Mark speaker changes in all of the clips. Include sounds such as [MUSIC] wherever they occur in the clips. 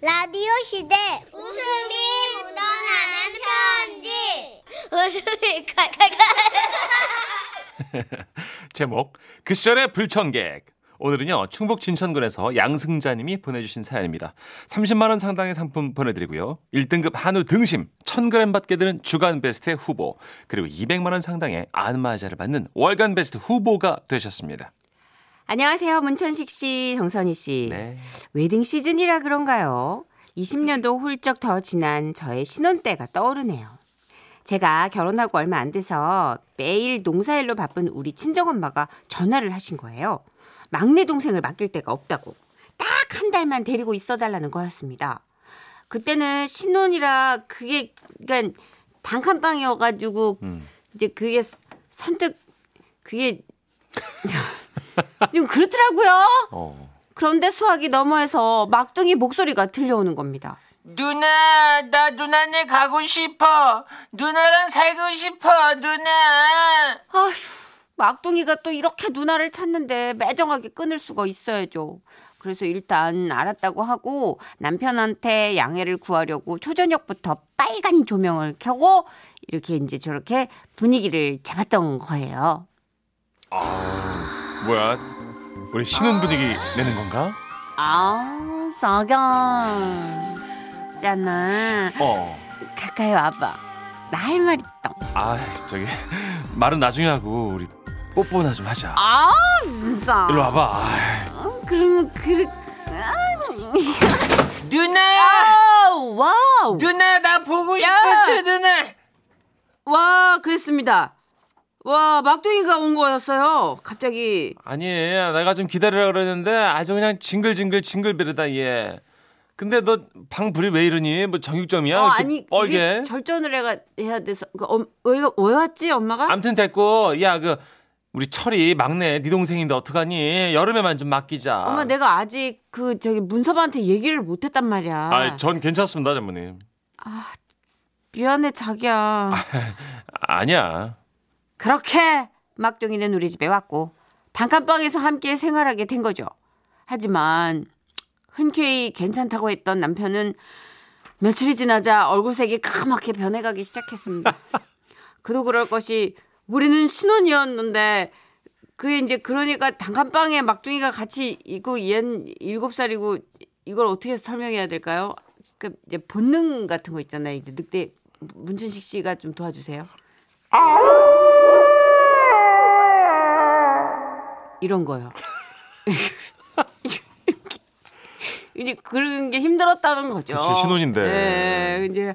Speaker 1: 라디오 시대 웃음이 묻어나는 편지 웃음이 칼칼칼
Speaker 2: 제목 그 시절의 불청객 오늘은요 충북 진천군에서 양승자님이 보내주신 사연입니다 30만 원 상당의 상품 보내드리고요 1등급 한우 등심 1000g 받게 되는 주간베스트 후보 그리고 200만 원 상당의 안마자를 받는 월간베스트 후보가 되셨습니다
Speaker 3: 안녕하세요. 문천식 씨, 정선희 씨.
Speaker 2: 네.
Speaker 3: 웨딩 시즌이라 그런가요? 20년도 훌쩍 더 지난 저의 신혼 때가 떠오르네요. 제가 결혼하고 얼마 안 돼서 매일 농사일로 바쁜 우리 친정엄마가 전화를 하신 거예요. 막내 동생을 맡길 데가 없다고. 딱 한 달만 데리고 있어 달라는 거였습니다. 그때는 신혼이라 그게 그러니까 단칸방이어 가지고 이제 그게 선뜻 그게 [LAUGHS] 좀 그렇더라고요.
Speaker 2: 어.
Speaker 3: 그런데 수학이 너머에서 막둥이 목소리가 들려오는 겁니다.
Speaker 4: 누나, 나 누나네 가고 싶어. 누나랑 살고 싶어, 누나.
Speaker 3: 아휴, 막둥이가 또 이렇게 누나를 찾는데 매정하게 끊을 수가 있어야죠. 그래서 일단 알았다고 하고 남편한테 양해를 구하려고 초저녁부터 빨간 조명을 켜고 이렇게 이제 저렇게 분위기를 잡았던 거예요.
Speaker 2: 뭐야 우리 신혼 분위기 내는 건가?
Speaker 3: 아, 싸경. 있잖아.
Speaker 2: 어.
Speaker 3: 가까이 와봐. 나 할 말 있다.
Speaker 2: 아 저기 말은 나중에 하고 우리 뽀뽀나 좀 하자
Speaker 3: 아, 진짜.
Speaker 2: 일로 와봐 아이,
Speaker 3: 그러면 그
Speaker 4: 누나,
Speaker 3: 아우 와우
Speaker 2: 네.
Speaker 4: 누나, 나 보고
Speaker 3: 야!
Speaker 4: 싶었어, 누나.
Speaker 3: 와 그랬습니다 와 막둥이가 온 거였어요 갑자기
Speaker 2: 아니 내가 좀 기다리라 그랬는데 아주 그냥 징글징글 징글비르다 얘 근데 너 방 불이 왜 이러니 뭐 정육점이야
Speaker 3: 어
Speaker 2: 이렇게
Speaker 3: 아니
Speaker 2: 뻘게
Speaker 3: 이게 절전을 해가 해야 돼서 그 엄, 왜, 왜 왔지 엄마가
Speaker 2: 암튼 됐고 야 그 우리 철이 막내 네 동생인데 어떡하니 여름에만 좀 맡기자
Speaker 3: 엄마 내가 아직 그 저기 문섭한테 얘기를 못했단 말이야
Speaker 2: 아전 괜찮습니다 장모님
Speaker 3: 미안해 자기야
Speaker 2: 아니야
Speaker 3: 그렇게 막둥이는 우리 집에 왔고 단칸방에서 함께 생활하게 된 거죠. 하지만 흔쾌히 괜찮다고 했던 남편은 며칠이 지나자 얼굴색이 까맣게 변해가기 시작했습니다. 그도 그럴 것이 우리는 신혼이었는데 그게 이제 그러니까 단칸방에 막둥이가 같이 있고 얘는 일곱 살이고 이걸 어떻게 설명해야 될까요? 그 이제 본능 같은 거 있잖아요. 이제 늑대 문춘식 씨가 좀 도와주세요. 이런 거요. 이제 그런 게 힘들었다는 거죠.
Speaker 2: 그치, 신혼인데.
Speaker 3: 예, 이제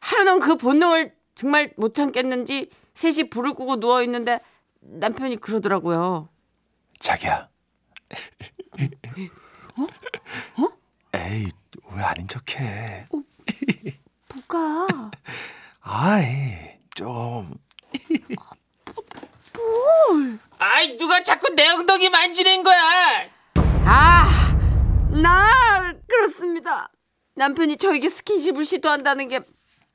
Speaker 3: 하루는 그 본능을 정말 못 참겠는지 셋이 불을 끄고 누워 있는데 남편이 그러더라고요.
Speaker 2: 자기야 어? 어? 에이 왜 아닌 척해
Speaker 3: 뭐가?
Speaker 2: 아이 좀
Speaker 4: 아이, 누가 자꾸 내 엉덩이 만지는 거야.
Speaker 3: 아, 나 그렇습니다. 남편이 저에게 스킨십을 시도한다는 게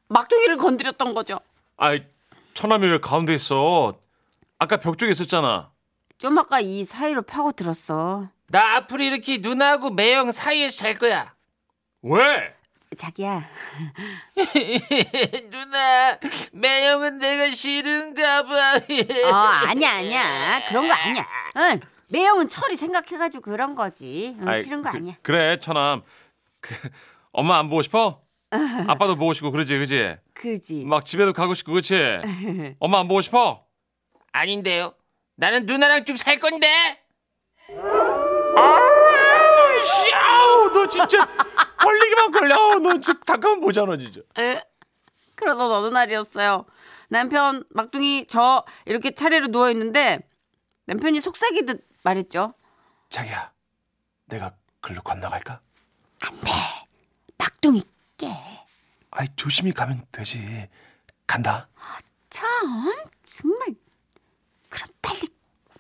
Speaker 3: 막둥이를 건드렸던 거죠.
Speaker 2: 아이 처남이 왜 가운데 있어? 아까 벽 쪽에 있었잖아.
Speaker 3: 좀 아까 이 사이로 파고 들었어.
Speaker 4: 나 앞으로 이렇게 누나하고 매형 사이에서 잘 거야. [LAUGHS]
Speaker 2: 왜?
Speaker 3: 자기야.
Speaker 4: 누나, 매형은 내가 싫은가 봐.
Speaker 3: 어, 아니야, 아니야. 그런 거 아니야. 응. 매형은 철이 생각해가지고 그런 거지. 응, 싫은 거
Speaker 2: 그,
Speaker 3: 아니야.
Speaker 2: 그래 처남. 그, 엄마 안 보고
Speaker 3: [LAUGHS]
Speaker 2: 싶어? 아빠도 보고 싶고 그러지 그지?
Speaker 3: 그지.
Speaker 4: 뭐.
Speaker 3: [LAUGHS]
Speaker 2: 막 집에도 가고 싶고 그치? 엄마 안 보고 싶어?
Speaker 4: [LAUGHS] 아닌데요. 나는 누나랑 쭉 살 건데.
Speaker 2: 아우 너 진짜 걸리기만 걸려. 아우, 너 진짜 잠깐만 보잖아 진짜.
Speaker 3: 그러던 어느 날이었어요. 남편 막둥이 저 이렇게 차례로 누워 있는데 남편이 속삭이듯 말했죠.
Speaker 2: 자기야 내가 글로 건너갈까?
Speaker 3: 막둥이 깨.
Speaker 2: 아이 조심히 가면 되지. 간다.
Speaker 3: 참 정말. 그럼 빨리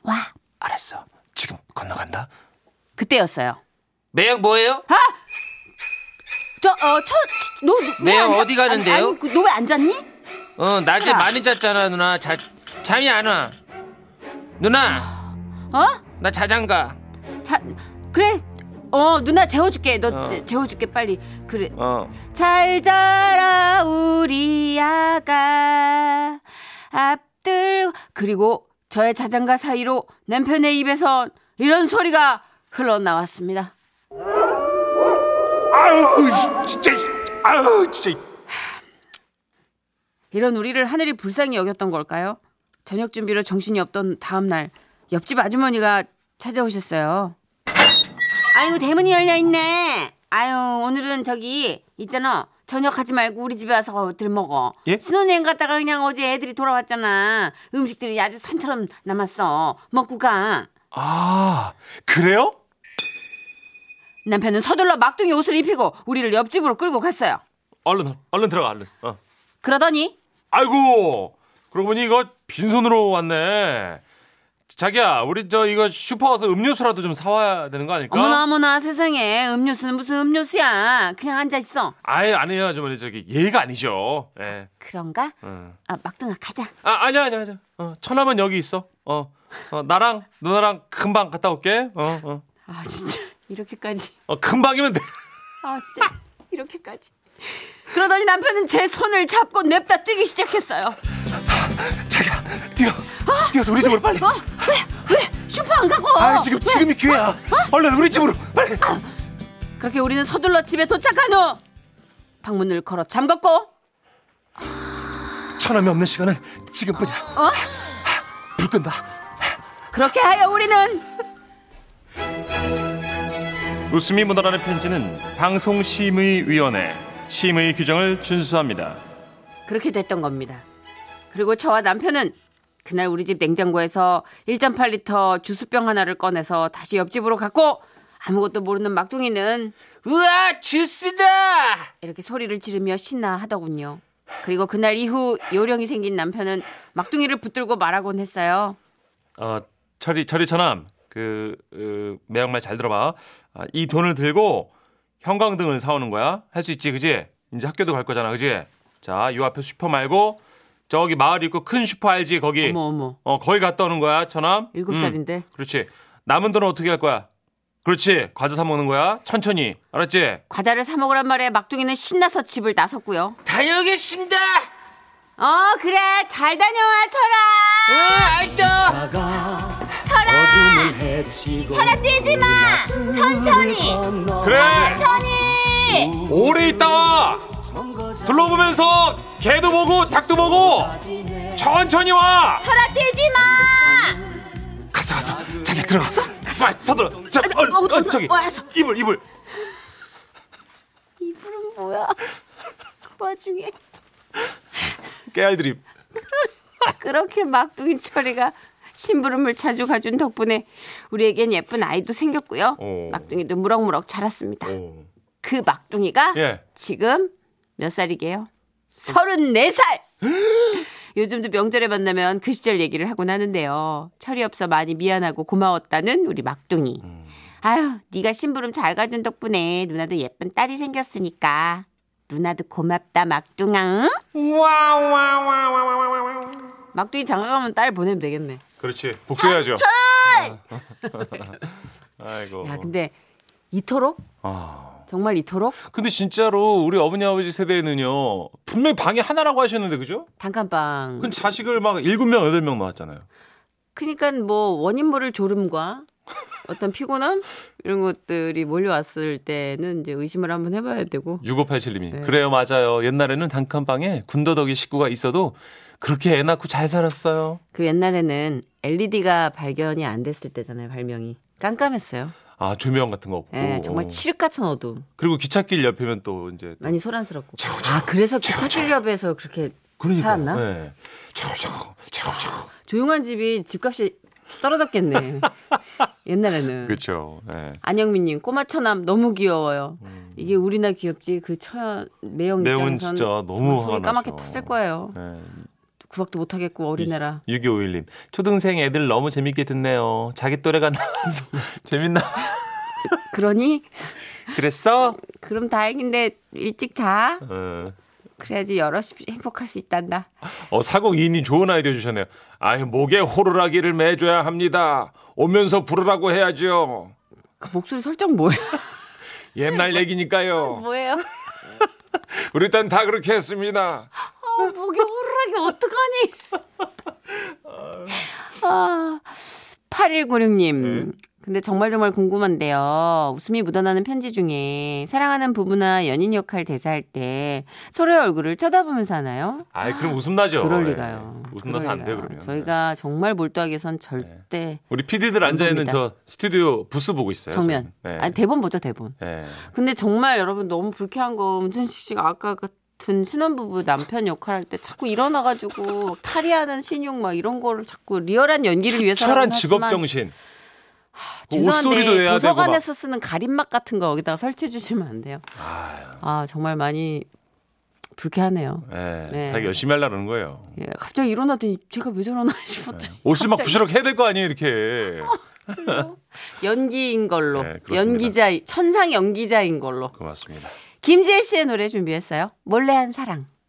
Speaker 3: 와.
Speaker 2: 알았어. 지금 건너간다.
Speaker 3: 그때였어요. 아!
Speaker 4: 매형 뭐예요? 네,
Speaker 3: 어, 저어저너왜
Speaker 4: 어디 가는데요?
Speaker 3: 아니, 아니 너왜 앉았니?
Speaker 4: 어 낮에
Speaker 3: 누나.
Speaker 4: 많이 잤잖아 누나 자, 잠이 안 와 누나
Speaker 3: 어?
Speaker 4: 나 자장가
Speaker 3: 자 그래 어 누나 재워줄게 너
Speaker 2: 어.
Speaker 3: 재- 재워줄게 빨리 그래
Speaker 2: 어.
Speaker 3: 잘 자라 우리 아가 앞들 그리고 저의 자장가 사이로 남편의 입에서 이런 소리가 흘러나왔습니다.
Speaker 2: 아우 진짜 아우 진짜
Speaker 3: 이런 우리를 하늘이 불쌍히 여겼던 걸까요? 저녁 준비로 정신이 없던 다음 날 옆집 아주머니가 찾아오셨어요. 아이고 대문이 열려 있네. 아유 오늘은 저기 있잖아 저녁 하지 말고 우리 집에 와서 들 먹어.
Speaker 2: 예?
Speaker 3: 신혼여행 갔다가 그냥 어제 애들이 돌아왔잖아. 음식들이 아주 산처럼 남았어. 먹고 가.
Speaker 2: 아 그래요?
Speaker 3: 남편은 서둘러 막둥이 옷을 입히고 우리를 옆집으로 끌고 갔어요.
Speaker 2: 얼른 얼른 들어가 얼른. 어.
Speaker 3: 그러더니
Speaker 2: 아이고 그러고 보니 이거 빈손으로 왔네. 자기야 우리 저 이거 슈퍼 가서 음료수라도 좀 사와야 되는 거 아닐까?
Speaker 3: 어머나 어머나 세상에 음료수는 무슨 음료수야. 그냥 앉아 있어.
Speaker 2: 아예 아니에요 아주머니 저기 예의가 아니죠. 예.
Speaker 3: 그런가?
Speaker 2: 어.
Speaker 3: 아, 막둥아 가자.
Speaker 2: 아 아니야 아니야 아니야. 어, 천하면 여기 있어. 어, 어 나랑 누나랑 금방 갔다 올게. 어 어.
Speaker 3: 아 진짜 이렇게까지.
Speaker 2: 어 금방이면 돼. [LAUGHS]
Speaker 3: 아 진짜 이렇게까지. 그러더니 남편은 제 손을 잡고 냅다 뛰기 시작했어요.
Speaker 2: 자기야 뛰어 뛰어서 우리 집으로 빨리.
Speaker 3: 어? 왜? 왜? 슈퍼 안 가고?
Speaker 2: 아 지금 지금이 기회야. 얼른 우리 집으로 빨리.
Speaker 3: 그렇게 우리는 서둘러 집에 도착한 후 방문을 걸어 잠궜고
Speaker 2: 천함이 없는 시간은 지금뿐이야.
Speaker 3: 어?
Speaker 2: 불 끈다.
Speaker 3: 그렇게 하여 우리는
Speaker 2: 웃음이 묻어나는 편지는 방송심의위원회 심의 규정을 준수합니다.
Speaker 3: 그렇게 됐던 겁니다. 그리고 저와 남편은 그날 우리 집 냉장고에서 1.8리터 주스병 하나를 꺼내서 다시 옆집으로 갔고 아무것도 모르는 막둥이는
Speaker 4: 우와 주스다.
Speaker 3: 이렇게 소리를 지르며 신나하더군요. 그리고 그날 이후 요령이 생긴 남편은 막둥이를 붙들고 말하곤 했어요.
Speaker 2: 어, 철이 철이 천함 그 어, 매형말 잘 들어봐. 아, 이 돈을 들고 형광등을 사오는 거야. 할 수 있지, 그지? 이제 학교도 갈 거잖아, 그지? 자, 요 앞에 슈퍼 말고 저기 마을 입구 큰 슈퍼 알지 거기.
Speaker 3: 어머 어머.
Speaker 2: 어, 거기 갔다 오는 거야, 천함.
Speaker 3: 일곱
Speaker 2: 음,
Speaker 3: 살인데.
Speaker 2: 그렇지. 남은 돈은 어떻게 할 거야? 그렇지. 과자 사 먹는 거야. 천천히. 알았지?
Speaker 3: 과자를 사 먹으란 말에 막둥이는 신나서 집을 나섰고요.
Speaker 4: 다녀오겠습니다.
Speaker 3: 어 그래 잘 다녀와 철아.
Speaker 4: 응 알죠.
Speaker 1: 철아 뛰지 마. 천천히.
Speaker 2: 그래. 오래 있다. 둘러보면서 개도 보고 닭도 보고 천천히 와.
Speaker 1: 철아 뛰지 마.
Speaker 2: 갔어 갔어. 자기 들어갔어. 갔어. 서둘러. 자,
Speaker 3: 어,
Speaker 2: 어, 어,
Speaker 3: 어, 어,
Speaker 2: 저기.
Speaker 3: 어, 알았어.
Speaker 2: 이불 이불.
Speaker 3: 이불은 뭐야? [LAUGHS] 그 와중에
Speaker 2: 깨알 드립.
Speaker 3: 그렇게 막둥이 철이가 심부름을 자주 가준 덕분에 우리에겐 예쁜 아이도 생겼고요.
Speaker 2: 오.
Speaker 3: 막둥이도 무럭무럭 자랐습니다.
Speaker 2: 오.
Speaker 3: 그 막둥이가
Speaker 2: 예.
Speaker 3: 지금 몇 살이게요? 34살! 요즘도 명절에 만나면 그 시절 얘기를 하곤 하는데요. 철이 없어 많이 미안하고 고마웠다는 우리 막둥이. 아유, 네가 심부름 잘 가준 덕분에 누나도 예쁜 딸이 생겼으니까. 누나도 고맙다, 막둥아. 막둥이 장가 가면 딸 보내면 되겠네.
Speaker 2: 그렇지. 복수해야죠. [LAUGHS] 아이고.
Speaker 3: 아, 야, 근데 이토록?
Speaker 2: 아.
Speaker 3: 정말 이토록?
Speaker 2: 근데 진짜로 우리 어머니 아버지 세대에는요 분명히 방이 하나라고 하셨는데 그죠?
Speaker 3: 단칸방.
Speaker 2: 그 자식을 막 일곱 명 여덟 명 낳았잖아요.
Speaker 3: 그러니까 뭐 원인 모를 졸음과 어떤 피곤함 이런 것들이 몰려왔을 때는 이제 의심을 한번 해봐야 되고
Speaker 2: 6587님이.
Speaker 3: 네.
Speaker 2: 그래요, 맞아요. 옛날에는 단칸방에 군더더기 식구가 있어도 그렇게 애 낳고 잘 살았어요.
Speaker 3: 그 옛날에는 LED가 발견이 안 됐을 때잖아요 발명이 깜깜했어요.
Speaker 2: 아, 조명 같은 거 없고.
Speaker 3: 예, 정말 칠흑 같은 어둠
Speaker 2: 그리고 기찻길 옆이면 또 이제.
Speaker 3: 많이 소란스럽고 아 그래서 기차길협에서 그렇게 살았나?
Speaker 2: 네. 차고, 차고, 차고, 차고.
Speaker 3: 조용한 집이 집값이 떨어졌겠네
Speaker 2: [LAUGHS]
Speaker 3: 옛날에는.
Speaker 2: 그렇죠. 네.
Speaker 3: 안영민님 꼬마 처남 너무 귀여워요. 이게 우리나 귀엽지 그 처 매형
Speaker 2: 음. 매운
Speaker 3: 입장에선
Speaker 2: 진짜 너무
Speaker 3: 속이
Speaker 2: 화가
Speaker 3: 까맣게
Speaker 2: 나죠.
Speaker 3: 탔을 거예요.
Speaker 2: 네.
Speaker 3: 구박도 못하겠고 어린애라
Speaker 2: 6251님. 초등생 애들 너무 재밌게 듣네요. 자기 또래가 나와서 [LAUGHS] 재밌나?
Speaker 3: 예. 그러니
Speaker 2: 그랬어?
Speaker 3: 그럼 다행인데 일찍 자
Speaker 2: 어.
Speaker 3: 그래야지 여럿이 행복할 수 있단다
Speaker 2: 어, 4022님 좋은 아이디어 주셨네요. 아유, 목에 호루라기를 매줘야 합니다. 오면서 부르라고 해야죠.
Speaker 3: 그 목소리 설정 뭐야?
Speaker 2: 옛날 얘기니까요.
Speaker 3: 어, 뭐예요?
Speaker 2: 우리 땐 다 그렇게 했습니다.
Speaker 3: 어, 목이 호루라기 어떡하니? 아, 8196님.
Speaker 2: 네.
Speaker 3: 근데 정말 정말 궁금한데요. 웃음이 묻어나는 편지 중에 사랑하는 부부나 연인 역할 대사할 때 서로의 얼굴을 쳐다보면서 하나요?
Speaker 2: 아, 그럼 웃음 나죠.
Speaker 3: 그럴
Speaker 2: 예.
Speaker 3: 리가요.
Speaker 2: 웃음 나서 안 돼요,
Speaker 3: 그럴
Speaker 2: 그러면.
Speaker 3: 리가요.
Speaker 2: 예. 네.
Speaker 3: 저희가 정말 몰두하기선 절대
Speaker 2: 우리 PD들 앉아 있는 저 스튜디오 부스 보고 있어요.
Speaker 3: 정면.
Speaker 2: 저는. 예.
Speaker 3: 아니, 대본 보죠, 대본.
Speaker 2: 예.
Speaker 3: 근데 정말 여러분 너무 불쾌한 거 문천식 씨가 아까 같은 신혼부부 남편 역할할 때 자꾸 일어나가지고 막 탈의하는 신용 막 이런 거를 자꾸 리얼한 연기를 위해서
Speaker 2: 철한
Speaker 3: 하긴 하지만
Speaker 2: 직업 정신. 그 옷소리도
Speaker 3: 죄송한데
Speaker 2: 내야 되고 막.
Speaker 3: 도서관에서 쓰는 가림막 같은 거 여기다가 설치해 주시면 안 돼요. 아 정말 많이 불쾌하네요.
Speaker 2: 예.
Speaker 3: 네.
Speaker 2: 자기 열심히 하려는 거예요.
Speaker 3: 예, 갑자기 일어나더니 제가 왜 저러나 [LAUGHS] 싶었죠.
Speaker 2: 옷을 막
Speaker 3: 갑자기.
Speaker 2: 부시럭 해야 될 거 아니에요, 이렇게.
Speaker 3: 연기인 걸로
Speaker 2: 네, 그렇습니다.
Speaker 3: 연기자 천상 연기자인 걸로
Speaker 2: 고맙습니다.
Speaker 3: 김지혜 씨의 노래 준비했어요. 몰래 한 사랑.